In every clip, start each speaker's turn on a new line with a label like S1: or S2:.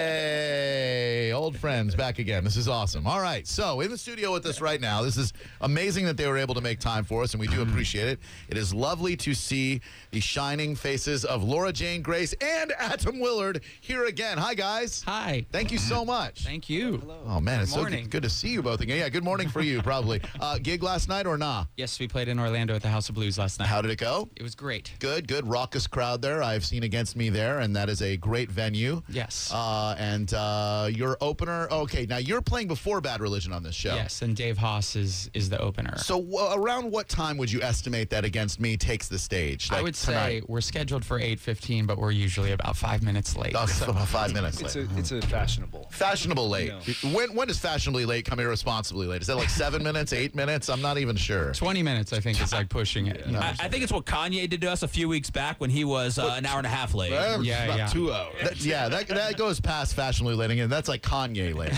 S1: Hey, old friends back again. This is awesome. All right. So, in the studio with us right now, this is amazing that they were able to make time for us, and we do appreciate it. It is lovely to see the shining faces of Laura Jane Grace and Atom Willard here again. Hi, guys.
S2: Hi.
S1: Thank you so much.
S2: Thank you.
S1: Oh, man.
S2: Good
S1: it's so
S2: morning.
S1: good, good to see you both again. Yeah, good morning for you, probably. Uh, gig last night or nah?
S2: Yes, we played in Orlando at the House of Blues last night.
S1: How did it go?
S2: It was great.
S1: Good, good raucous crowd there. I've seen against me there, and that is a great venue.
S2: Yes.
S1: Uh, and uh, your opener. Okay, now you're playing before Bad Religion on this show.
S2: Yes, and Dave Haas is is the opener.
S1: So w- around what time would you estimate that Against Me takes the stage?
S2: I
S1: Like
S2: would say
S1: tonight?
S2: we're scheduled for 8:15, but we're usually about 5 minutes late.
S1: Oh,
S2: So
S1: about five minutes
S3: It's
S1: late.
S3: a it's a fashionable.
S1: Fashionable late.
S3: No.
S1: When when does fashionably late come irresponsibly late? Is that like seven minutes, eight minutes? I'm not even sure.
S2: 20 minutes I think is like pushing it. you know?
S4: I, I think it's what Kanye did to us a few weeks back when he was uh, an hour and a half late.
S1: Eh,
S2: Yeah,
S1: about
S2: yeah.
S1: two hours. That- yeah, that, that goes past fashionably late, and that's like Kanye late.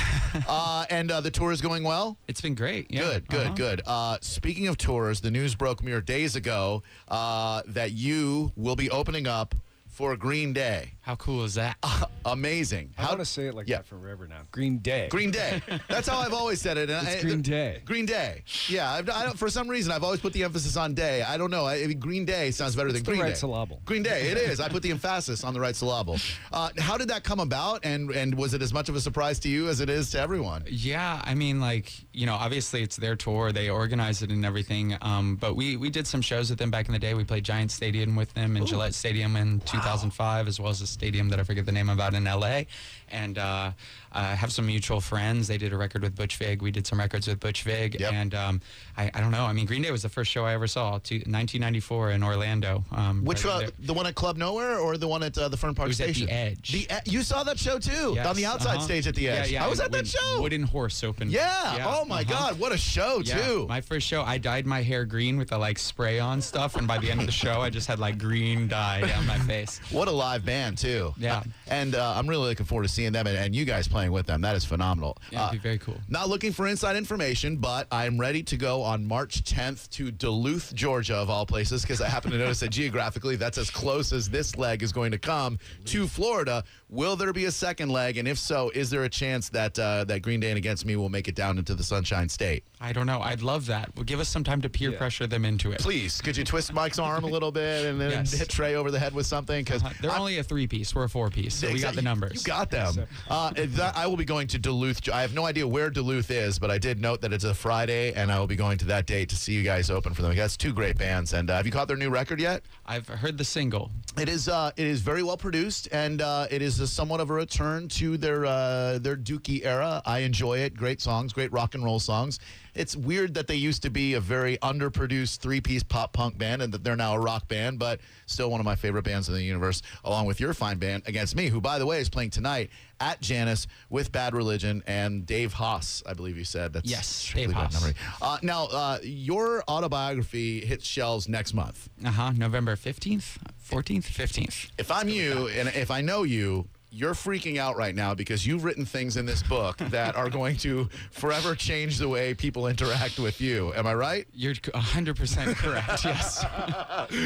S1: Uh, and uh, the tour is going well.
S2: It's been great. Yeah.
S1: Good, good,
S2: Uh-huh.
S1: good. Uh, speaking of tours, the news broke mere days ago uh, that you will be opening up for Green Day.
S2: How cool is that?
S1: Amazing.
S3: I want to say it like
S1: yeah.
S3: that forever now. Green Day.
S1: Green Day. That's how I've always said it. And
S3: It's
S1: I-
S3: Green Day.
S1: Green Day. Yeah. I've, I don't, for some reason, I've always put the emphasis on day. I don't know. I, I mean, Green Day sounds better than
S3: the
S1: Green
S3: right
S1: Day.
S3: syllable.
S1: Green Day. It is. I put the emphasis on the right syllable. Uh, how did that come about? And and was it as much of a surprise to you as it is to everyone?
S2: Yeah, I mean, like you know, obviously it's their tour; they organize it and everything. Um, but we we did some shows with them back in the day. We played Giant Stadium with them and Gillette Stadium in 2005, as well as a stadium that I forget the name of out in LA. And uh, I have some mutual friends. They did a record with Butch Vig. We did some records with Butch Vig.
S1: Yep.
S2: And um, I, I don't know. I mean, Green Day was the first show I ever saw, to, 1994 in Orlando. Um,
S1: Which
S2: right
S1: uh,
S2: there.
S1: the one at Club Nowhere or the one at uh, the Fern Park
S2: It was at the
S1: Station?
S2: Edge.
S1: The E- you saw that show too
S2: Yes,
S1: on the outside
S2: uh-huh.
S1: stage at the Edge.
S2: Yeah, yeah.
S1: I was at
S2: when
S1: that show.
S2: Wooden Horse opened.
S1: yeah. Oh my
S2: uh-huh.
S1: God! What a show too.
S2: My first show, I dyed my hair green with the like spray on stuff, and by the end of the show, I just had like green dye down my face.
S1: What a live band too.
S2: Yeah.
S1: Uh, and uh, I'm really looking forward to seeing them and, and you guys playing with them. That is phenomenal.
S2: Yeah, it'd
S1: Uh,
S2: be very cool.
S1: Not looking for inside information, but I'm ready to go on March 10th to Duluth, Georgia, of all places, because I happen to notice that geographically that's as close as this leg is going to come to Florida. Will there be a second leg? And if so, is there a chance that uh, that Green Day and Against Me will make it down into the Sunshine State?
S2: I don't know. I'd love that. Well, give us some time to peer
S3: Yeah.
S2: pressure them into it.
S1: Please, could you twist Mike's arm a little bit and then
S2: Yes.
S1: hit Trey over the head with something? Because
S2: Uh, They're only a three piece. We're a four piece. So we got
S1: Exa-
S2: the numbers.
S1: You got them. Uh, that, I will be going to Duluth. I have no idea where Duluth is, but I did note that it's a Friday, and I will be going to that date to see you guys open for them. That's two great bands. And uh, have you caught their new record yet?
S2: I've heard the single.
S1: It is. Uh, it is very well produced, and uh, it is a somewhat of a return to their uh, their Dookie era. I enjoy it. Great songs. Great rock and roll songs. It's weird that they used to be a very underproduced three piece pop punk band, and that they're now a rock band. But still, one of my favorite bands in the universe, along with your fine band, Against Me, who by the way is playing tonight at Janice with Bad Religion and Dave Haas. I believe you said that's
S2: Yes,
S1: strictly
S2: Dave
S1: bad
S2: Haas.
S1: memory. Uh, now, uh, your autobiography hits shelves next month
S2: Uh huh. November 15th, 14th, 15th.
S1: if I'm you and if I know you, you're freaking out right now because you've written things in this book that are going to forever change the way people interact with you. Am I right?
S2: You're 100% correct. yes.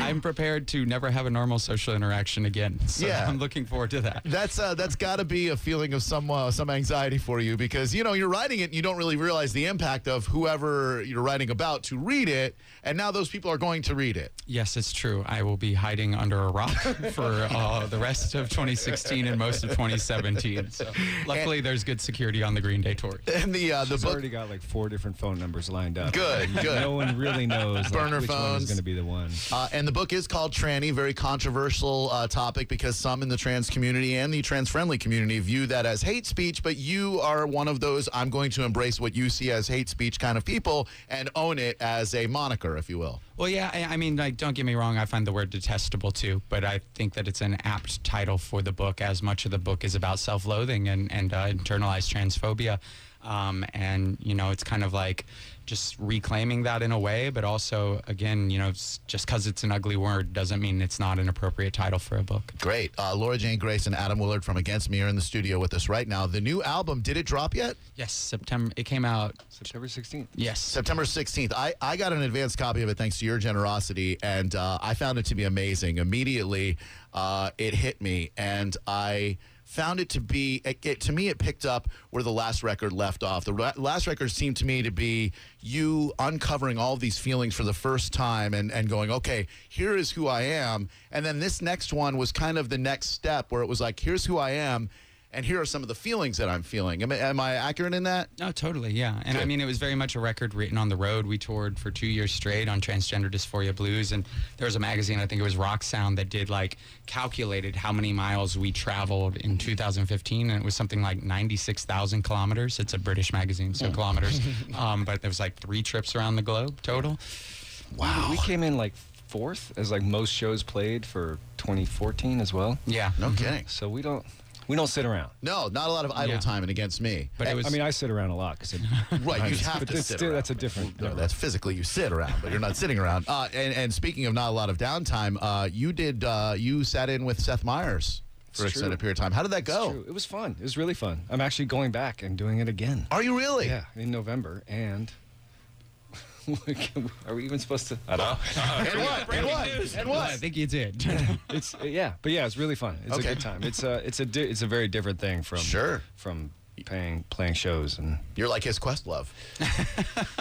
S2: I'm prepared to never have a normal social interaction again. So
S1: Yeah.
S2: I'm looking forward to that.
S1: That's uh, that's got to be a feeling of some uh, some anxiety for you because you know you're writing it and you don't really realize the impact of whoever you're writing about to read it, and now those people are going to read it.
S2: Yes, it's true. I will be hiding under a rock for uh, the rest of 2016 and most of 2017. So luckily, there's good security on the Green Day tour.
S1: And the uh, the
S3: He's
S1: book
S3: already got like four different phone numbers lined up.
S1: Good,
S3: Like,
S1: good.
S3: No one really knows like,
S1: Burner
S3: which one
S1: phones.
S3: is going to be the one.
S1: Uh, and the book is called Tranny, very controversial uh, topic because some in the trans community and the trans friendly community view that as hate speech. But you are one of those, I'm going to embrace what you see as hate speech kind of people and own it as a moniker, if you will.
S2: Well, yeah, I, I mean, like, don't get me wrong. I find the word detestable too, but I think that it's an apt title for the book, as much of the book is about self-loathing and and uh, internalized transphobia, um, and you know, it's kind of like just reclaiming that in a way, but also, again, you know, s- just because it's an ugly word doesn't mean it's not an appropriate title for a book.
S1: Great. Uh, Laura Jane Grace and Adam Willard from Against Me are in the studio with us right now. The new album, did it drop yet?
S2: Yes, September. It came out.
S3: September 16th.
S2: Yes.
S1: September 16th. I, I got an advanced copy of it thanks to your generosity, and uh, I found it to be amazing. Immediately, uh, it hit me, and I found it to be, it, it- to me, it picked up where the last record left off. The ra- last record seemed to me to be you uncovering all these feelings for the first time and, and going, okay, here is who I am. And then this next one was kind of the next step where it was like, here's who I am. And here are some of the feelings that I'm feeling. Am, I- am I accurate in that?
S2: No, Oh, totally, yeah. And I mean, it was very much a record written on the road. We toured for two years straight on Transgender Dysphoria Blues, and there was a magazine, I think it was Rock Sound, that did like calculated how many miles we traveled in 2015, and it was something like 96,000 kilometers. It's a British magazine,
S3: Hmm.
S2: so kilometers. um, but there was like three trips around the globe total.
S3: Wow.
S1: Oh.
S3: We came in like fourth as like most shows played for 2014 as well.
S2: Yeah.
S1: No kidding.
S3: So we don't we don't sit around.
S1: No, not a lot of idle
S2: Yeah.
S1: time and against me.
S2: But it was.
S3: I mean, I sit around a lot because
S1: Right, you have
S3: But
S1: to
S3: that's
S1: sit
S3: still-
S1: around.
S3: that's a different-
S1: No, that's physically you sit around, but you're not sitting around. Uh, and, and speaking of not a lot of downtime, uh, you did uh, you sat in with Seth Meyers for
S3: It's
S1: an extended
S3: true.
S1: period of time. How did that
S3: It's
S1: go?
S3: true. It was fun. It was really fun. I'm actually going back and doing it again.
S1: Are you really?
S3: Yeah, in November. And are we even supposed to? I don't know.
S1: And what? And what? And
S2: I
S1: what?
S2: think you did.
S3: It's uh, yeah, but yeah, it's really fun. It's
S1: Okay.
S3: a good time. It's a it's a di- it's a very different thing from
S1: Sure.
S3: from paying playing shows and
S1: You're like his quest love,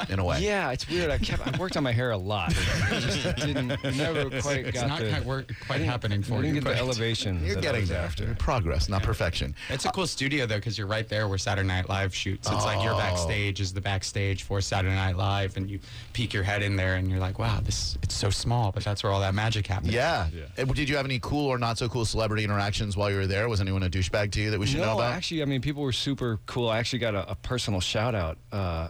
S1: in a way.
S3: yeah, it's weird. I kept I worked on my hair a lot. I just didn't never quite
S2: it's
S3: got
S2: not
S3: the
S2: quite, work, quite happening
S3: I
S2: for
S3: didn't
S2: you.
S3: get the
S2: but-
S3: elevation.
S1: You're
S3: that I
S1: getting
S3: was
S1: there.
S3: after.
S1: Progress, not perfection.
S2: It's a cool studio though, because you're right there where Saturday Night Live shoots. It's like your backstage is the backstage for Saturday Night Live, and you peek your head in there, and you're like, "Wow, this it's so small," but that's where all that magic happens.
S1: Yeah. And Did you have any cool or not so cool celebrity interactions while you were there? Was anyone a douchebag to you that we should know
S3: No,
S1: about?
S3: actually, I mean, people were super cool. I actually got a, a personal shout out. Uh,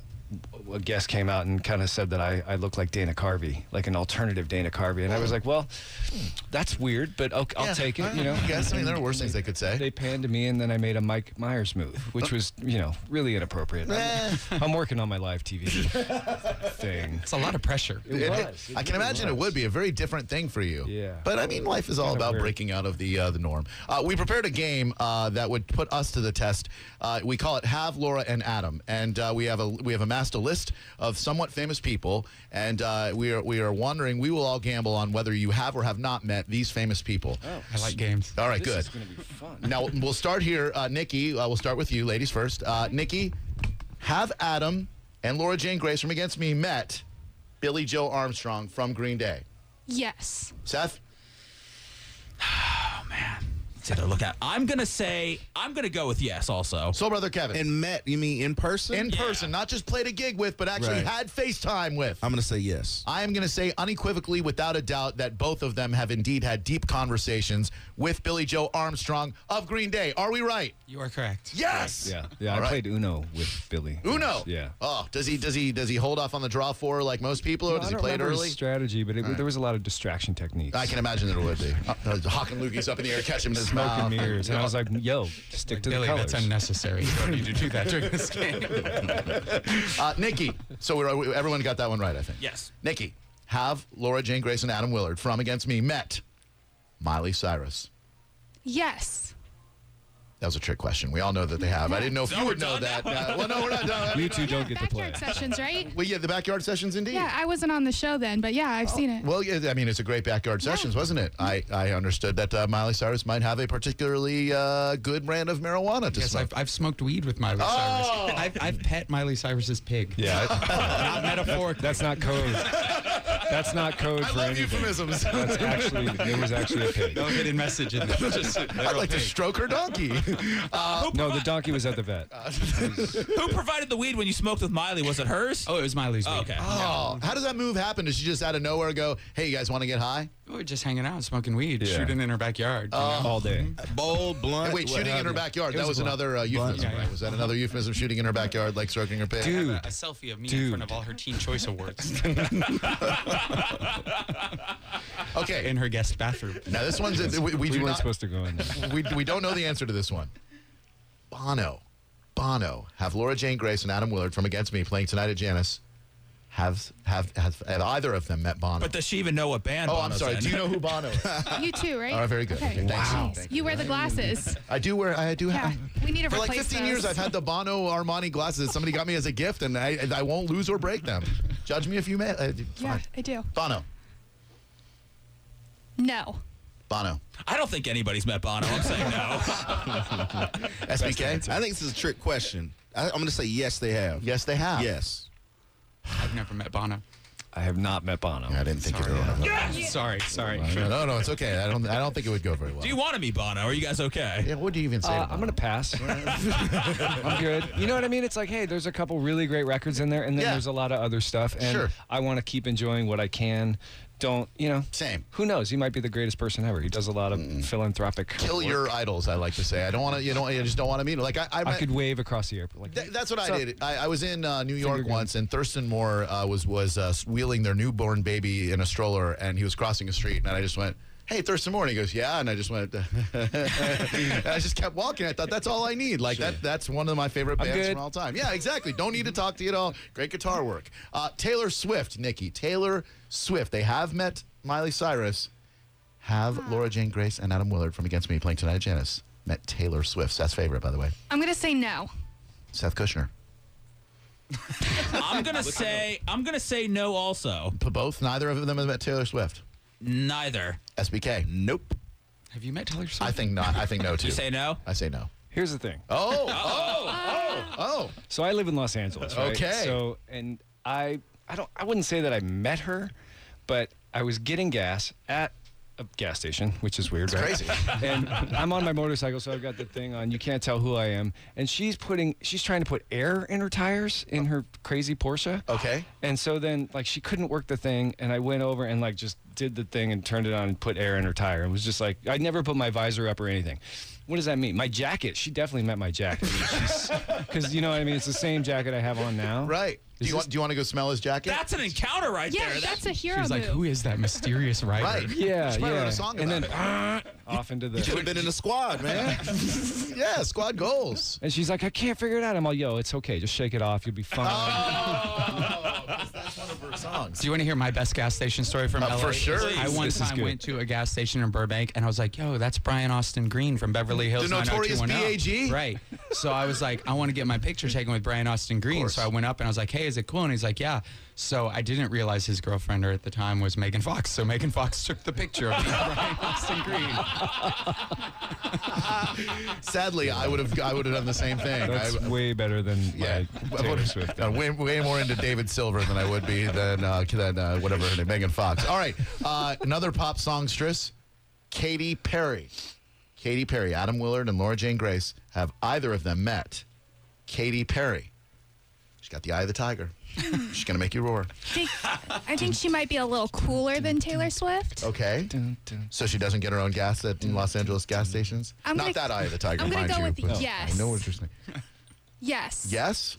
S3: a guest came out and kind of said that I, I look like Dana Carvey, like an alternative Dana Carvey. And I was like, well, that's weird, but okay, I'll
S1: Oh. Yeah.
S3: take
S1: All
S3: it,
S1: right.
S3: you know?
S1: I guess I mean there are worse things they could say.
S3: They panned to me, and then I made a Mike Myers move, which was, you know, really inappropriate.
S1: Eh.
S3: I'm, I'm working on my live TV thing.
S2: it's a lot of pressure.
S3: It was.
S1: I can
S3: really
S1: imagine it
S3: was.
S1: would be a very different thing for you.
S3: Yeah.
S1: But I mean, life is all
S3: Kinda
S1: about
S3: weird.
S1: breaking out of the uh, the norm. Uh, we prepared a game uh, that would put us to the test. Uh, we call it Have Laura and Adam, and uh, we have a we have amassed a list of somewhat famous people, and uh, we are we are wondering. We will all gamble on whether you have or have not met these famous people. Oh.
S2: I like games.
S1: All right,
S3: This
S1: good.
S3: is going to be fun.
S1: now we'll start here, uh, Nikki. Uh, we'll start with you, ladies first. Uh, Nikki, have Adam and Laura Jane Grace from Against Me met Billy Joe Armstrong from Green Day?
S5: Yes.
S1: Seth.
S4: to look at. I'm gonna say I'm gonna go with yes. Also,
S1: Soul Brother Kevin.
S6: And met, you mean in person?
S1: in person, not just played a gig with, but actually
S6: Right.
S1: had FaceTime with.
S6: I'm going to say yes.
S1: I am going to say unequivocally, without a doubt, that both of them have indeed had deep conversations with Billy Joe Armstrong of Green Day. Are we right?
S2: You are correct.
S1: Yes.
S3: Yeah, yeah.
S1: All
S3: I
S1: right.
S3: played Uno with Billy.
S1: Uno.
S3: Yeah.
S1: Oh, does he does he does he hold off on the draw four like most people, or
S3: No, I
S1: Oh, does he
S3: don't
S1: play it
S3: remember his
S1: early?
S3: strategy, but it, there was a lot of distraction techniques.
S1: I can imagine that it would be. Uh, Hawking Lukey's up in the air, catch him in his
S3: smoke
S1: mouth.
S3: and mirrors, and I was like, "Yo, stick to
S2: Billy,
S3: the colors."
S2: that's unnecessary. You don't need to do that during this game.
S1: Uh, Nikki. So we're, everyone got that one right, I think.
S4: Yes.
S1: Nikki, have Laura Jane Grace and Adam Willard from Against Me met Miley Cyrus.
S5: Yes.
S1: That was a trick question. We all know that they have. I didn't know if you would know that. Uh, well, no, we're not done.
S3: you two don't get to play.
S5: Backyard sessions, right?
S1: Well, yeah, the backyard sessions, indeed.
S5: Yeah, I wasn't on the show then, but yeah, I've seen it.
S1: Well, yeah, I mean, it's a great backyard sessions, wasn't it? I, I understood that uh, Miley Cyrus might have a particularly uh, good brand of marijuana to
S2: Yes,
S1: smoke.
S2: I've, I've smoked weed with Miley
S1: Oh!
S2: Cyrus. I've, I've pet Miley Cyrus's pig.
S3: Yeah, that-
S2: Not metaphorically.
S3: that's not code. That's not code for anything.
S1: euphemisms.
S3: That's actually there was actually a pig.
S2: no hidden message in there. Just
S1: I'd like to stroke her donkey.
S3: No, the donkey was at the vet.
S4: who provided the weed when you smoked with Miley? Was it hers?
S2: Oh, it was Miley's.
S4: Oh,
S2: weed.
S4: okay.
S1: oh, how does that move happen? Does she just out of nowhere go, hey, you guys want to get high?
S2: we were just hanging out, smoking weed,
S3: Yeah. Oh.
S2: shooting in her backyard. you know?
S3: all day.
S6: Mm-hmm. Bowl, blunt.
S1: Wait,
S6: what
S1: shooting in
S6: have
S1: her
S6: you.
S1: backyard.
S2: It
S1: That was,
S2: was a blunt.
S1: another uh, euphemism,
S2: Yeah, yeah.
S1: right? Was that another euphemism? Shooting in her backyard, like stroking her pig.
S2: I have
S3: Dude.
S2: a, a selfie of me in front of all her Teen Choice Awards
S1: Okay.
S2: in her guest bathroom.
S1: Now this one's we, we, do
S3: weren't
S1: not
S3: supposed to go in there.
S1: we, we don't know the answer to this one. Bono, Bono, have Laura Jane Grace and Adam Willard from Against Me playing tonight at Janice. Have have have, have either of them met Bono?
S4: But does she even know what band?
S1: oh, I'm
S4: Bono's
S1: sorry.
S4: in?
S1: Do you know who Bono is?
S5: You too, right?
S1: All right, very good.
S5: Okay.
S1: Okay, thanks. Wow.
S5: Jeez. You wear the glasses.
S1: I do wear. I do
S5: Yeah.
S1: have.
S5: We need to
S1: For
S5: replace
S1: like 15
S5: those.
S1: years, I've had the Bono Armani glasses. that Somebody got me as a gift, and I and I won't lose or break them. Judge me if you may. Uh, fine.
S5: Yeah, I do.
S1: Bono,
S5: No.
S1: Bono,
S4: I don't think anybody's met Bono. I'm saying no.
S1: SBK.
S6: I think this is a trick question. I, I'm going to say yes, they have.
S1: Yes, they have.
S6: Yes.
S2: I've never met Bono.
S3: I have not met Bono.
S1: I didn't think it. would-
S2: Sorry, sorry.
S1: No, no, no, it's okay. I don't. I don't think it would go very well.
S4: Do you want to meet Bono? Are you guys okay?
S1: Yeah, what do you even say?
S3: Uh,
S1: to
S3: I'm
S1: Bono?
S3: gonna pass. I'm good. You know what I mean? It's like, hey, there's a couple really great records in there, and then
S1: Yeah.
S3: there's a lot of other stuff, and
S1: Sure.
S3: I want to keep enjoying what I can. Don't you know?
S1: Same.
S3: Who knows? He might be the greatest person ever. He does a lot of philanthropic.
S1: kill
S3: work.
S1: your idols. I like to say. I don't want to. You know. I just don't want to meet. Like I. I,
S3: I
S1: met-
S3: could wave across the airport. Like,
S1: Th- that's what I
S3: So-
S1: did. I, I was in uh, New York
S3: gun.
S1: once, and Thurston Moore uh, was was uh, wheeling their newborn baby in a stroller, and he was crossing a street, and I just went. Hey, Thurston Moore. And he goes, yeah. And I just went, and I just kept walking. I thought that's all I need. Like that. That's one of my favorite
S3: I'm
S1: bands
S3: good.
S1: from all time. Yeah, exactly. Don't need to talk to you at all. Great guitar work. Uh, Taylor Swift, Nikki. Taylor Swift. They have met Miley Cyrus. Have Laura Jane Grace and Adam Willard from Against Me playing tonight at Janice met Taylor Swift. Seth's favorite, by the way.
S5: I'm gonna say no.
S1: Seth Kushner.
S4: I'm gonna say I'm gonna say no. Also,
S1: But both, neither of them have met Taylor Swift.
S4: neither.
S1: SBK. Nope.
S2: Have you met Taylor Swift?
S1: I think not. I think no too.
S4: You say no.
S1: I say no.
S3: Here's the thing.
S1: Oh, oh, oh,
S3: So I live in Los Angeles, right?
S1: Okay.
S3: So and I I don't I wouldn't say that I met her, but I was getting gas at a gas station, which is weird, right?
S1: crazy.
S3: and I'm on my motorcycle, so I've got the thing on. You can't tell who I am. And she's putting she's trying to put air in her tires in her crazy Porsche.
S1: oh. Okay.
S3: And so then, like, she couldn't work the thing, and I went over and like just did the thing and turned it on and put air in her tire. It was just like I never put my visor up or anything. What does that mean? My jacket. She definitely meant my jacket because you know what I mean. It's the same jacket I have on now.
S1: Right. Do
S3: Is
S1: you, want,
S3: this-
S1: do you want to go smell his jacket?
S4: That's an encounter right
S5: Yeah,
S4: there.
S5: that's a hero
S2: She was like,
S5: move.
S2: who is that mysterious writer?
S1: right.
S3: Yeah,
S1: She might have
S3: yeah.
S1: wrote a song
S3: and
S1: about
S3: then "Ah," off into the.
S6: Should have been in the squad, man.
S1: it. Yeah, squad goals.
S3: And she's like, I can't figure it out. I'm like, yo, it's okay. Just shake it off. You'll be fine.
S1: Oh. Songs.
S2: Do you want to hear my best gas station story from
S1: Uh,
S2: LA?
S1: for sure. Please.
S2: I one
S3: This is
S2: time
S3: good.
S2: went to a gas station in Burbank and I was like, "Yo, that's Brian Austin Green from Beverly Hills."
S1: The notorious
S2: 90210."
S1: B.A.G.?
S2: Right. So I was like, "I want to get my picture taken with Brian Austin Green."
S1: course.
S2: So I went up and I was like, "Hey, is it cool?" And he's like, "Yeah." So I didn't realize his girlfriend or at the time was Megan Fox. So Megan Fox took the picture of me and Brian Austin Green.
S1: Sadly, I would have I would have done the same thing.
S3: That's
S1: I,
S3: way better than
S1: yeah,
S3: my
S1: I
S3: Taylor
S1: would've-
S3: Swift.
S1: uh, way, way more into David Silver than I would be than uh, than uh, whatever her name, Megan Fox. All right, uh, another pop songstress, Katy Perry. Katy Perry, Adam Willard, and Laura Jane Grace have either of them met? Katy Perry. She's got the eye of the tiger. She's gonna make you roar.
S5: think, I think she might be a little cooler than Taylor Swift.
S1: Okay. So she doesn't get her own gas at in Los Angeles gas stations.
S5: I'm
S1: Not
S5: gonna-
S1: that eye of the tiger,
S5: I'm gonna
S1: mind
S5: go
S1: you.
S5: with
S3: Oh.
S1: but
S5: yes.
S1: I know what you're saying.
S5: Yes.
S1: Yes.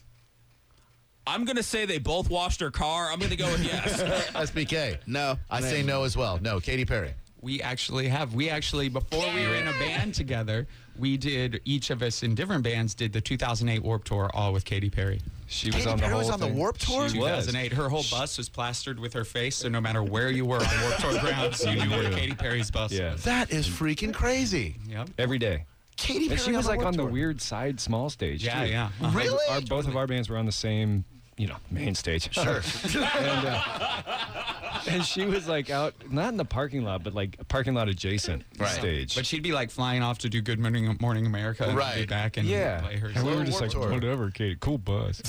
S4: I'm gonna say they both washed her car. I'm gonna go with yes.
S1: SBK.
S6: No.
S1: I say no as well. No, Katy Perry.
S2: We actually have. We actually, before we were in a band together, we did, each of us in different bands, did the 2008 Warp Tour all with Katy Perry.
S3: She was
S1: Katy
S3: on the
S1: Perry
S3: whole
S1: was on the
S3: thing.
S1: Warped Tour?
S3: She was.
S2: 2008. Her whole bus was plastered with her face, so no matter where you were on Warped Tour grounds, you knew where Katy Perry's bus
S3: Yeah.
S2: was.
S1: That is freaking crazy.
S2: Yep.
S3: Every day.
S1: Katy Perry.
S3: And she was like
S1: Warped
S3: on the
S1: Tour.
S3: weird side small stage.
S2: Yeah,
S3: too.
S2: yeah. Uh-huh.
S1: Really?
S3: Our, both of our bands were on the same, you know, main stage. Sure. and, uh, and she was like out, not in the parking lot, but like a parking lot adjacent stage.
S2: But she'd be like flying off to do Good Morning, Morning America and then
S1: Right.
S2: be back and
S3: yeah.
S2: play her.
S3: and we
S1: song.
S3: were just
S1: Warped
S3: like,
S1: Tour.
S3: whatever, Katie, cool bus.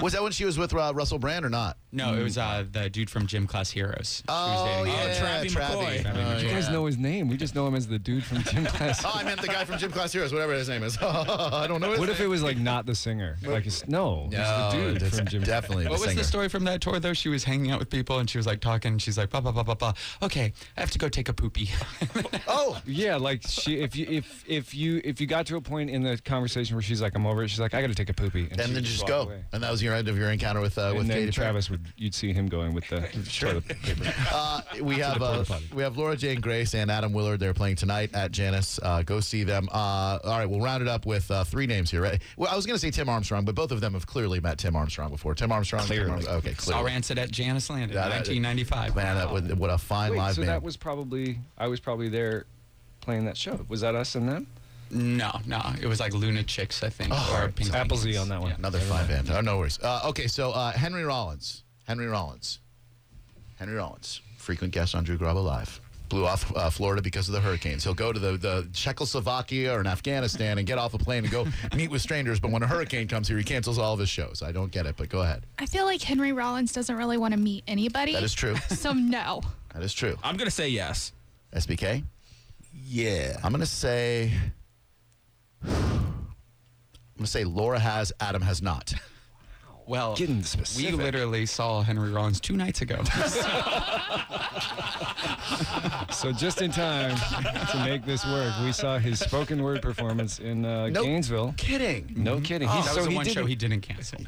S1: Was that when she was with uh, Russell Brand or not?
S2: no, it was uh, the dude from Gym Class Heroes.
S1: Oh,
S2: she was dating.
S1: yeah,
S4: Travie McCoy.
S1: Travie.
S2: Travie
S1: Oh,
S2: McCoy.
S3: You guys
S1: yeah.
S3: know his name. We just know him as the dude from Gym Class.
S1: Oh, I meant the guy from Gym Class Heroes, whatever his name is. I don't know. His
S3: what if
S1: name.
S3: it was like not the singer? Like, it's, no, it's the dude
S1: it's
S3: from Gym
S1: definitely the
S2: What was
S1: singer.
S2: the story from that tour though? She was hanging out with people and she was like talking. She's like, blah, blah, blah, blah, blah. Okay, I have to go take a poopy.
S1: Oh,
S3: Yeah, like she if you if if you if you got to a point in the conversation where she's like, I'm over it, she's like, I gotta take a poopy. And,
S1: and
S3: she'd
S1: then just
S3: walk
S1: go.
S3: away.
S1: And that was your end of your encounter with uh,
S3: And
S1: with
S3: then
S1: Katie Perry.
S3: Travis would you'd see him going with the toilet paper.
S1: Uh, we have uh, we have Laura Jane Grace and Adam Willard. They're playing tonight at Janice. Uh, go see them. Uh, all right, we'll round it up with uh, three names here. Right? Well, I was going to say Tim Armstrong, but both of them have clearly met Tim Armstrong before. Tim Armstrong. Tim
S3: Clearly.
S1: Armstrong- okay,
S2: Saw
S1: clearly.
S2: Rancid at Janice Land in
S1: Yeah, that-
S2: 1995.
S1: Man, that would, what a fine
S3: Wait,
S1: live
S3: so
S1: band.
S3: that was probably I was probably there playing that show. Was that us and them?
S2: No, no. It was like Luna Chicks, I think.
S1: Oh,
S2: or
S1: right.
S2: Pink
S3: It's Applesy
S2: Ladies.
S3: on that one.
S2: Yeah.
S1: Another five band. Oh, no worries. Uh, okay, so uh, Henry Rollins. Henry Rollins. Henry Rollins, frequent guest on Drew Garabo Live. Blew off uh, Florida because of the hurricanes. He'll go to the, the Czechoslovakia or in Afghanistan and get off a plane and go meet with strangers. But when a hurricane comes here, he cancels all of his shows. I don't get it, but go ahead.
S5: I feel like Henry Rollins doesn't really want to meet anybody.
S1: That is true.
S5: So no.
S1: That is true.
S4: I'm gonna say yes.
S1: SBK,
S6: Yeah.
S1: I'm going to say. I'm going to say Laura has, Adam has not.
S2: Well,
S3: Getting specific.
S2: we literally saw Henry Rollins two nights ago.
S3: So just in time to make this work, we saw his spoken word performance in uh,
S1: Nope.
S3: Gainesville.
S1: Kidding.
S3: No kidding. He's
S2: Mm-hmm. Oh. that
S3: so
S2: was the
S3: he
S2: one show
S3: didn't-
S2: he didn't cancel.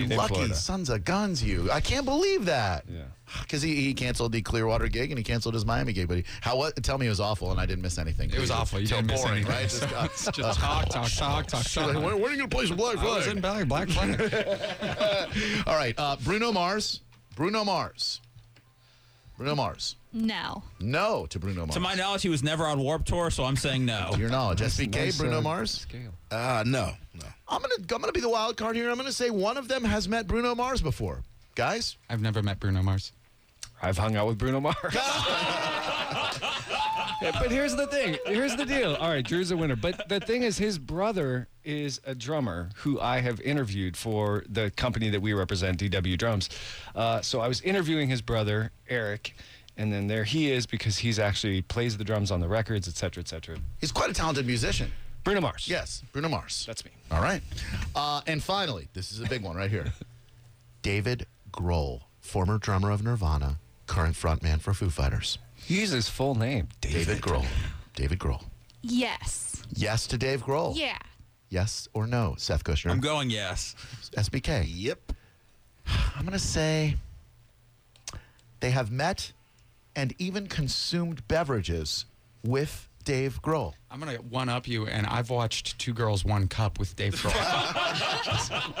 S3: in
S1: Lucky
S3: Florida.
S1: sons of guns, you! I can't believe that.
S3: Yeah.
S1: Because he, he canceled the Clearwater gig and he canceled his Miami gig, but he, how what? Tell me it was awful and I didn't miss anything.
S2: It was awful. You
S1: So
S2: didn't miss
S1: boring,
S2: anything.
S1: right? Just, uh,
S2: Just talk, talk, talk, talk, talk.
S1: like, when, when are you gonna play some Black
S2: I was in
S1: Flag?
S2: Black, Black Flag.
S1: All right, uh, Bruno Mars. Bruno Mars. Bruno Mars.
S5: No.
S1: No to Bruno Mars.
S4: To my knowledge, he was never on Warp Tour, so I'm saying no.
S1: To your knowledge, SBK,
S3: Nice,
S1: Bruno
S3: uh,
S1: Mars.
S3: Scale.
S6: Uh, no. No.
S1: I'm gonna I'm gonna be the wild card here. I'm gonna say one of them has met Bruno Mars before, guys.
S2: I've never met Bruno Mars.
S3: I've hung out with Bruno Mars. Yeah, but here's the thing. Here's the deal. All right, Drew's a winner. But the thing is, his brother is a drummer who I have interviewed for the company that we represent, DW Drums. Uh, so I was interviewing his brother, Eric, and then there he is because he's actually plays the drums on the records, et cetera, et cetera.
S1: He's quite a talented musician.
S3: Bruno Mars.
S1: Yes, Bruno Mars.
S3: That's me.
S1: All right. Uh, and finally, this is a big one right here. David Grohl, former drummer of Nirvana, current frontman for Foo Fighters.
S3: He uses his full name.
S1: David Grohl. David Grohl.
S5: Yes.
S1: Yes to Dave Grohl.
S5: Yeah.
S1: Yes or no, Seth Kushner.
S4: I'm going yes.
S1: SBK.
S6: Yep.
S1: I'm going to say they have met and even consumed beverages with Dave Grohl.
S2: I'm gonna one up you, and I've watched Two Girls One Cup with Dave Grohl.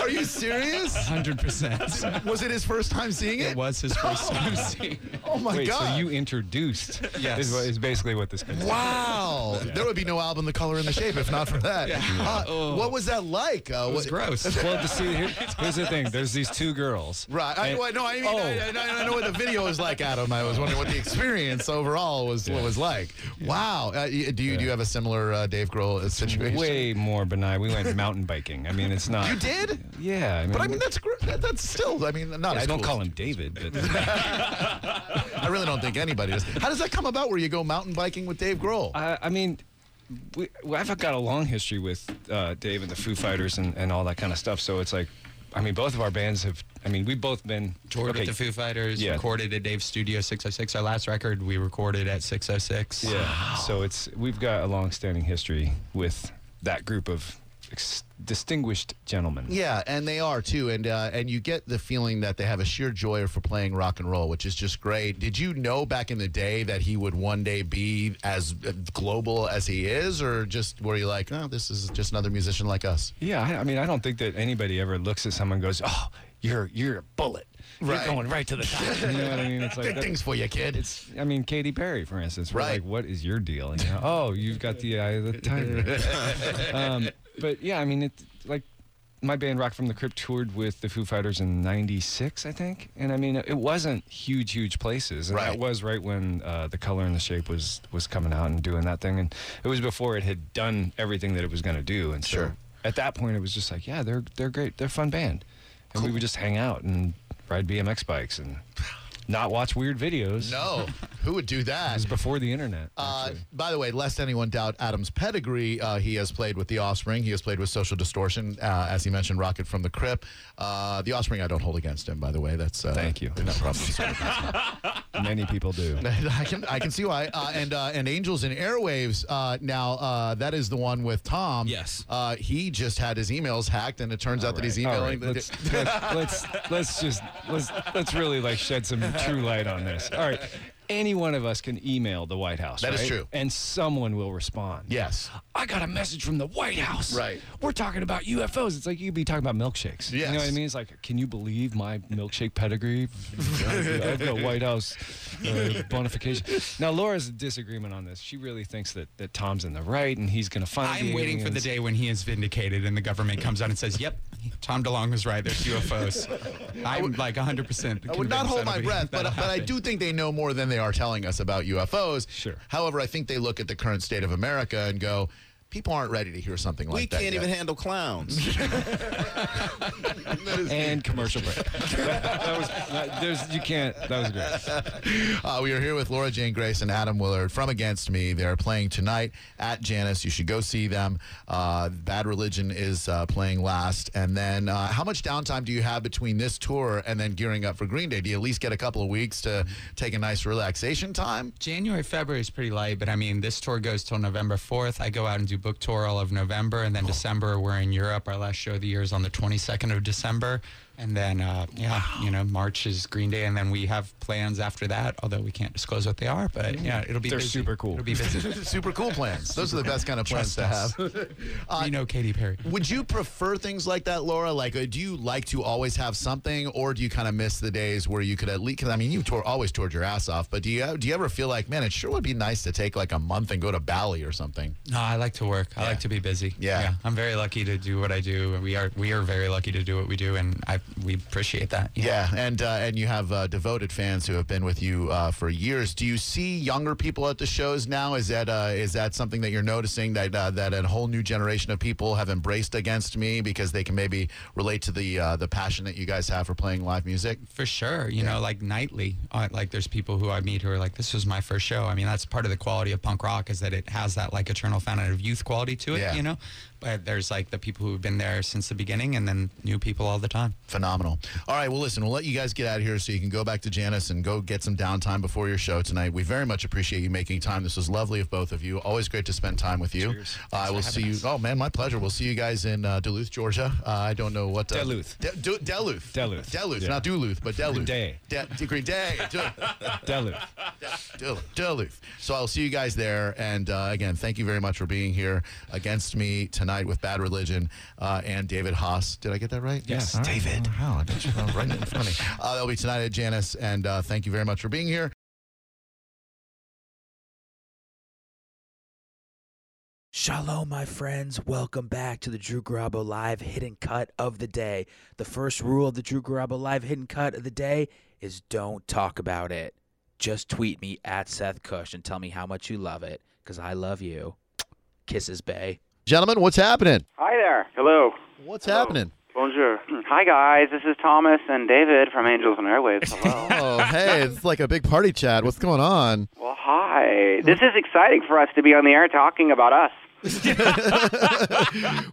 S1: Are you serious?
S2: Hundred percent.
S1: Was it his first time seeing it?
S2: It was his first time seeing. it.
S1: Oh my
S3: Wait,
S1: god.
S3: so you introduced?
S2: Yes.
S3: Is, what- is basically what this. Comes
S1: Wow, there would be no album, The Color and the Shape, if not for that. Uh, What was that like? Uh,
S2: It was
S1: what-
S2: gross.
S3: Well, to see, here, here's the thing. There's these two girls.
S1: Right. I,
S3: And-
S1: well, no, I mean,
S3: oh.
S1: I, I- I know what the video was like, Adam. I was wondering what the experience overall was what was like. Wow. Uh, y- do you do you have a similar uh, Dave Grohl uh, situation?
S3: Way more benign. We went mountain biking. I mean, it's not.
S1: You did?
S3: Yeah.
S1: But I mean, that's gr- that- that's still. I mean, not.
S3: I
S1: as
S3: don't
S1: cool.
S3: call him David. But
S1: I really don't think anybody does. How does that come about? Where you go mountain biking with Dave Grohl?
S3: I, I mean, we, well, I've got a long history with uh, Dave and the Foo Fighters and, and all that kind of stuff. So it's like, I mean, both of our bands have. I mean, we've both been
S2: Toured
S3: okay,
S2: with the Foo Fighters.
S3: Yeah.
S2: Recorded at Dave's Studio 606. Our last record we recorded at 606.
S3: Yeah. So it's we've got a long-standing history with that group of ex- distinguished gentlemen.
S1: Yeah, and they are too, and uh, and you get the feeling that they have a sheer joy for playing rock and roll, which is just great. Did you know back in the day that he would one day be as uh, global as he is, or just were you like, oh, this is just another musician like us?
S3: Yeah, I, I mean, I don't think that anybody ever looks at someone and goes, "Oh, you're you're a bullet.
S1: Right.
S3: You're going right to the top." you know what I mean? It's like
S1: Big
S3: that-
S1: things for you, kid.
S3: It's, I mean, Katy Perry, for instance. We're
S1: Right.
S3: Like, what is your deal? You know, oh, you've got the eye of the tiger. um, but yeah, I mean, it like my band Rock from the Crypt toured with the Foo Fighters in '96, I think, and I mean, it wasn't huge, huge places. And
S1: Right.
S3: That was right when uh, the color and the shape was was coming out and doing that thing, and it was before it had done everything that it was going to do. And so
S1: Sure.
S3: at that point, it was just like, yeah, they're they're great, they're a fun band, and we would just hang out and ride BMX bikes and. not watch weird videos.
S1: No, who would do
S3: It was
S1: that?
S3: before the internet.
S1: Uh,
S3: actually.
S1: by the way, lest anyone doubt Adam's pedigree, uh, he has played with The Offspring. He has played with Social Distortion, uh, as he mentioned, Rocket from the Crypt. Uh, the Offspring, I don't hold against him, by the way. That's uh,
S3: Thank you.
S1: No problem.
S3: Many people do.
S1: I can I can see why. Uh, and uh, and Angels and Airwaves. Uh, now uh, that is the one with Tom.
S4: Yes.
S1: Uh, he just had his emails hacked, and it turns out that he's
S3: All
S1: emailing.
S3: right,
S1: the-
S3: let's, let's, let's let's just let's let's really like shed some true light on this. All right, any one of us can email the White House.
S1: That is
S3: right?
S1: true.
S3: and someone will respond.
S1: Yes.
S3: I got a message from the White House.
S1: Right.
S3: We're talking about UFOs. It's like you could be talking about milkshakes. You know what I
S1: Yes.
S3: mean? It's like, can you believe my milkshake pedigree? I've got White House uh, bonification. Now, Laura's disagreement on this. She really thinks that, that Tom's in the right and he's going to find
S2: I'm waiting for the
S3: aliens.
S2: day when he is vindicated and the government comes out and says, "Yep, Tom DeLong was right. There's UFOs." I'm like 100. percent
S1: I would not hold my breath, but, but I do think they know more than they are telling us about UFOs.
S3: Sure.
S1: However, I think they look at the current state of America and go, people aren't ready to hear something like
S6: we
S1: that.
S6: can't
S1: yet."
S6: even handle clowns.
S3: and commercial break. that, that was that, there's you can't. That was great.
S1: Uh, we are here with Laura Jane Grace and Adam Willard from Against Me. They're playing tonight at Janice. You should go see them. Uh, Bad Religion is uh, playing last. And then, uh, how much downtime do you have between this tour and then gearing up for Green Day? Do you at least get a couple of weeks to take a nice relaxation time?
S2: January, February is pretty light, but I mean, this tour goes till November 4th. I go out and do book tour all of November, and then December we're in Europe. Our last show of the year is on the 22nd of December, and then uh, yeah, you know, March is Green Day, and then we have plans after that, although we can't disclose what they are. But yeah, it'll be
S3: They're
S2: busy.
S3: super cool.
S2: It'll be busy.
S1: Super cool plans. Those are the best kind of plans to have. Uh,
S2: you know, Katy Perry.
S1: Would you prefer things like that, Laura? Like, uh, do you like to always have something, or do you kind of miss the days where you could at least? Because I mean, you tore, always toured your ass off, but do you do you ever feel like, man, it sure would be nice to take like a month and go to Bali or something?
S2: No, I like to work. I
S1: Yeah.
S2: like to be busy.
S1: Yeah.
S2: I'm very lucky to do what I do. We are we are very lucky to do what we do, and I we appreciate that. you know?
S1: Yeah, and uh, and you have uh, devoted fans who have been with you uh, for years. Do you see younger people at the shows now? Is that uh, is that something that you're noticing that uh, that a whole new generation of people have embraced against me because they can maybe relate to the uh, the passion that you guys have for playing live music?
S2: for sure. You know, like nightly, uh, like there's people who I meet who are like, "This was my first show." I mean, that's part of the quality of punk rock is that it has that like eternal fountain of youth quality to it.
S1: Yeah.
S2: You know, but there's like the people who've been there since the beginning, and then new people all the time.
S1: Phenomenal. All right, well, listen, we'll let you guys get out of here so you can go back to Janice and go get some downtime before your show tonight. We very much appreciate you making time. This was lovely of both of you. Always great to spend time with you. I will see you. Oh, man, my pleasure. We'll see you guys in uh, Duluth, Georgia. Uh, I don't know what. Uh,
S3: Duluth.
S1: De- Du- Duluth.
S3: Duluth,
S1: Duluth,
S3: yeah.
S1: not Duluth, but Duluth.
S3: Day.
S1: De- Green Day. Du-
S3: Duluth.
S1: Dul- Duluth. So I'll see you guys there. And uh, again, thank you very much for being here against me tonight with Bad Religion uh, and David Haas. Did I get that right?
S3: Yes,
S1: All right. David. Wow, I got you right in front of me. Uh, that'll be tonight at Janice. And uh, thank you very much for being here.
S7: Shalom, my friends. Welcome back to the Drew Garabo Live Hidden Cut of the Day. The first rule of the Drew Garabo Live Hidden Cut of the Day is don't talk about it. Just tweet me at Seth Cush and tell me how much you love it, because I love you. Kisses, Bay.
S1: Gentlemen, what's happening?
S8: Hi there. Hello.
S1: What's
S8: Hello.
S1: happening?
S8: Bonjour. Hi, guys. This is Thomas and David from Angels and Airwaves. Hello.
S1: Oh, hey, it's like a big party chat. What's going on?
S8: well, hi. This is exciting for us to be on the air talking about us.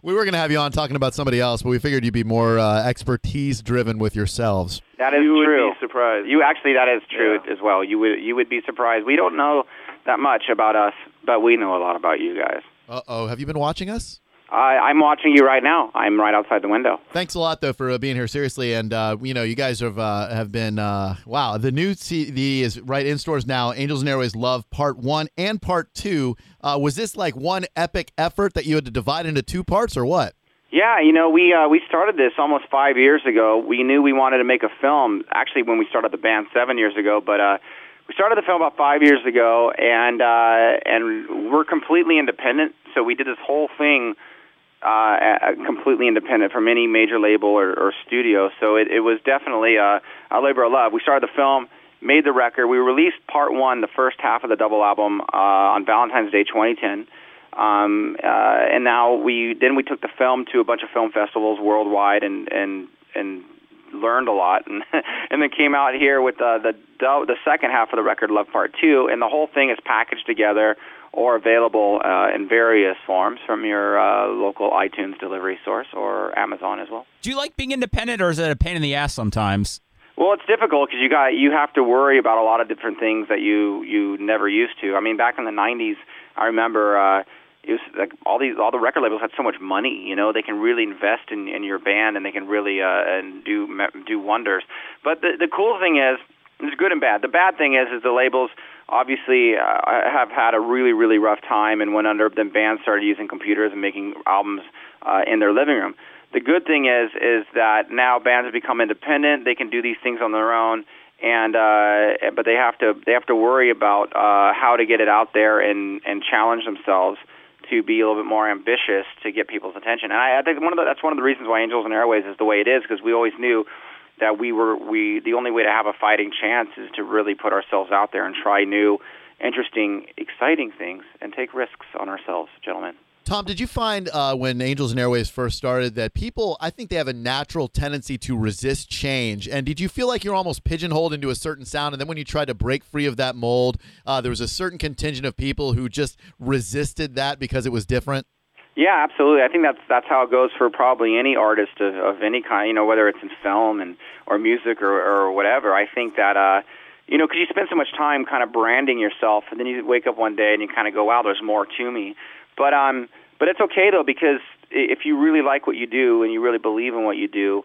S1: We were going to have you on talking about somebody else, but we figured you'd be more uh, expertise driven with yourselves.
S8: That is
S9: you would
S8: true.
S9: be surprised.
S8: You actually, that is true as well. You would you would be surprised. We don't know that much about us, but we know a lot about you guys.
S1: Uh oh, have you been watching us?
S8: I, I'm watching you right now. I'm right outside the window.
S1: Thanks a lot though for uh, being here seriously, and uh, you know you guys have uh, have been uh, wow. The new CD is right in stores now. Angels and Airways Love Part One and Part Two. Uh, was this like one epic effort that you had to divide into two parts, or what?
S8: Yeah, you know, we uh, we started this almost five years ago. We knew we wanted to make a film. Actually, when we started the band seven years ago, but uh, we started the film about five years ago, and uh, and we're completely independent. So we did this whole thing uh, a- a- completely independent from any major label or, or studio. So it, it was definitely a, a labor of love. We started the film, made the record. We released part one, the first half of the double album, uh, on Valentine's Day 2010. Um, uh, and now we then we took the film to a bunch of film festivals worldwide and and and learned a lot, and and then came out here with uh, the do- the second half of the record, Love Part Two, and the whole thing is packaged together or available uh, in various forms from your uh, local iTunes delivery source or Amazon as well.
S4: Do you like being independent, or is it a pain in the ass sometimes?
S8: Well, it's difficult because you got you have to worry about a lot of different things that you you never used to. I mean, back in the '90s, I remember uh, it was like all these all the record labels had so much money. You know, they can really invest in in your band and they can really uh, and do me- do wonders. But the the cool thing is, it's good and bad. The bad thing is, is the labels obviously uh, have had a really really rough time and went under. Then bands started using computers and making albums uh, in their living room the good thing is is that now bands have become independent. They can do these things on their own, and uh, but they have to they have to worry about uh, how to get it out there and and challenge themselves to be a little bit more ambitious to get people's attention. And I, I think one of the, that's one of the reasons why Angels and Airways is the way it is because we always knew that we were we the only way to have a fighting chance is to really put ourselves out there and try new, interesting, exciting things and take risks on ourselves, gentlemen.
S9: Tom, did you find uh, when Angels and Airways first started that people, I think they have a natural tendency to resist change? And did you feel like you're almost pigeonholed into a certain sound? And then when you tried to break free of that mold, uh, there was a certain contingent of people who just resisted that because it was different?
S8: Yeah, absolutely. I think that's that's how it goes for probably any artist of, of any kind. You know, whether it's in film and or music or, or whatever. I think that uh, you know, because you spend so much time kind of branding yourself, and then you wake up one day and you kind of go, "Wow, there's more to me." But um, but it's okay though because i- if you really like what you do and you really believe in what you do,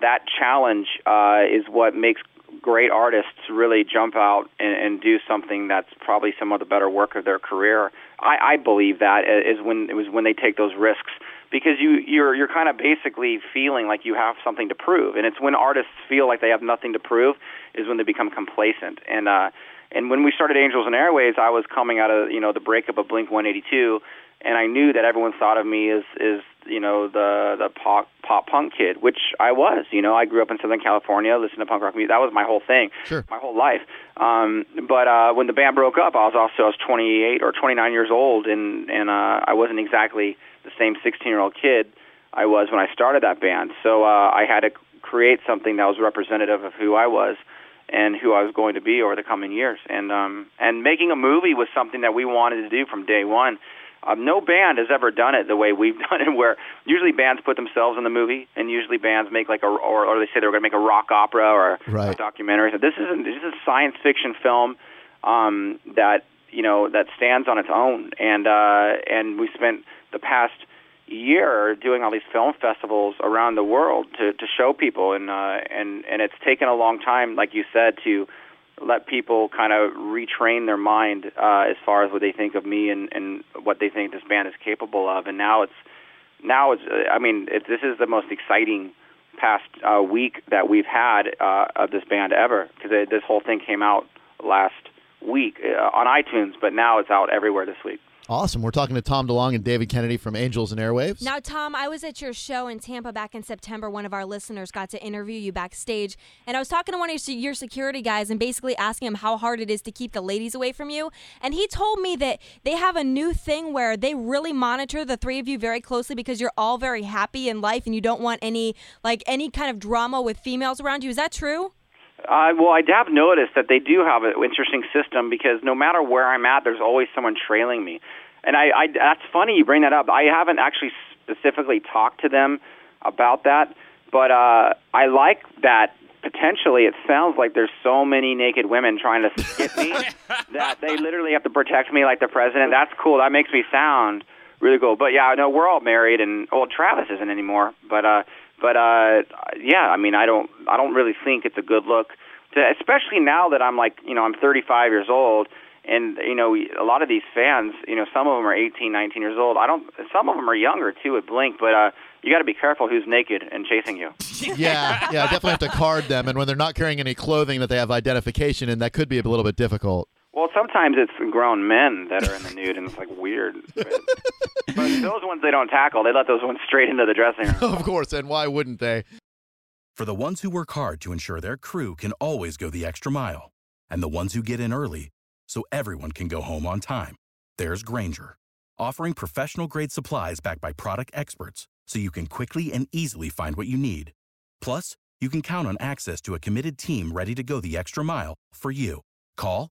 S8: that challenge uh, is what makes great artists really jump out and, and do something that's probably some of the better work of their career. I, I believe that i- is when it was when they take those risks because you you're you're kind of basically feeling like you have something to prove, and it's when artists feel like they have nothing to prove is when they become complacent and. uh and when we started Angels and Airways, I was coming out of you know the breakup of Blink 182, and I knew that everyone thought of me as is you know the the pop pop punk kid, which I was. You know, I grew up in Southern California, listened to punk rock music. That was my whole thing,
S9: Sure.
S8: my whole life. Um, but uh, when the band broke up, I was also I was 28 or 29 years old, and and uh, I wasn't exactly the same 16 year old kid I was when I started that band. So uh, I had to create something that was representative of who I was and who I was going to be over the coming years. And um, and making a movie was something that we wanted to do from day one. Um, no band has ever done it the way we've done it, where usually bands put themselves in the movie, and usually bands make like a or, or they say they're going to make a rock opera or a
S9: Right.
S8: documentary. So this is a, this is a science fiction film um, that you know that stands on its own, and uh, and we spent the past year doing all these film festivals around the world to, to show people and uh, and and it's taken a long time like you said to let people kind of retrain their mind uh, as far as what they think of me and and what they think this band is capable of and now it's now it's uh, I mean it, this is the most exciting past uh, week that we've had uh, of this band ever because this whole thing came out last week uh, on iTunes but now it's out everywhere this week
S9: Awesome. We're talking to Tom DeLong and David Kennedy from Angels and Airwaves.
S10: Now, Uh, Tom, I was at your show in Tampa back in September. One of our listeners got to interview you backstage, and I was talking to one of your- your security guys and basically asking him how hard it is to keep the ladies away from you. And he told me that they have a new thing where they really monitor the three of you very closely because you're all very happy in life and you don't want any like any kind of drama with females around you. Is that true?
S8: Uh, well, I have noticed that they do have an interesting system because no matter where I'm at, there's always someone trailing me, and I, I that's funny you bring that up. I haven't actually specifically talked to them about that, but uh, I like that. Potentially, it sounds like there's so many naked women trying to skip me that they literally have to protect me like the president. That's cool. That makes me sound really cool. But yeah, no, we're all married, and well, Travis isn't anymore. But uh, but uh, yeah, I mean, I don't, I don't really think it's a good look, to, especially now that I'm like, you know, I'm 35 years old, and you know, a lot of these fans, you know, some of them are 18, 19 years old. I don't, some of them are younger too at Blink, but uh, you got to be careful who's naked and chasing you.
S9: yeah, yeah, definitely have to card them. And when they're not carrying any clothing that they have identification in, that could be a little bit difficult.
S8: Well, sometimes it's grown men that are in the nude, and it's like weird. But, but those ones they don't tackle; they let those ones straight into the dressing
S6: Oh,
S8: room.
S9: of course, and why wouldn't they?
S11: For the ones who work hard to ensure their crew can always go the extra mile, and the ones who get in early so everyone can go home on time, there's Granger, offering professional grade supplies backed by product experts so you can quickly and easily find what you need. Plus, you can count on access to a committed team ready to go the extra mile for you. Call,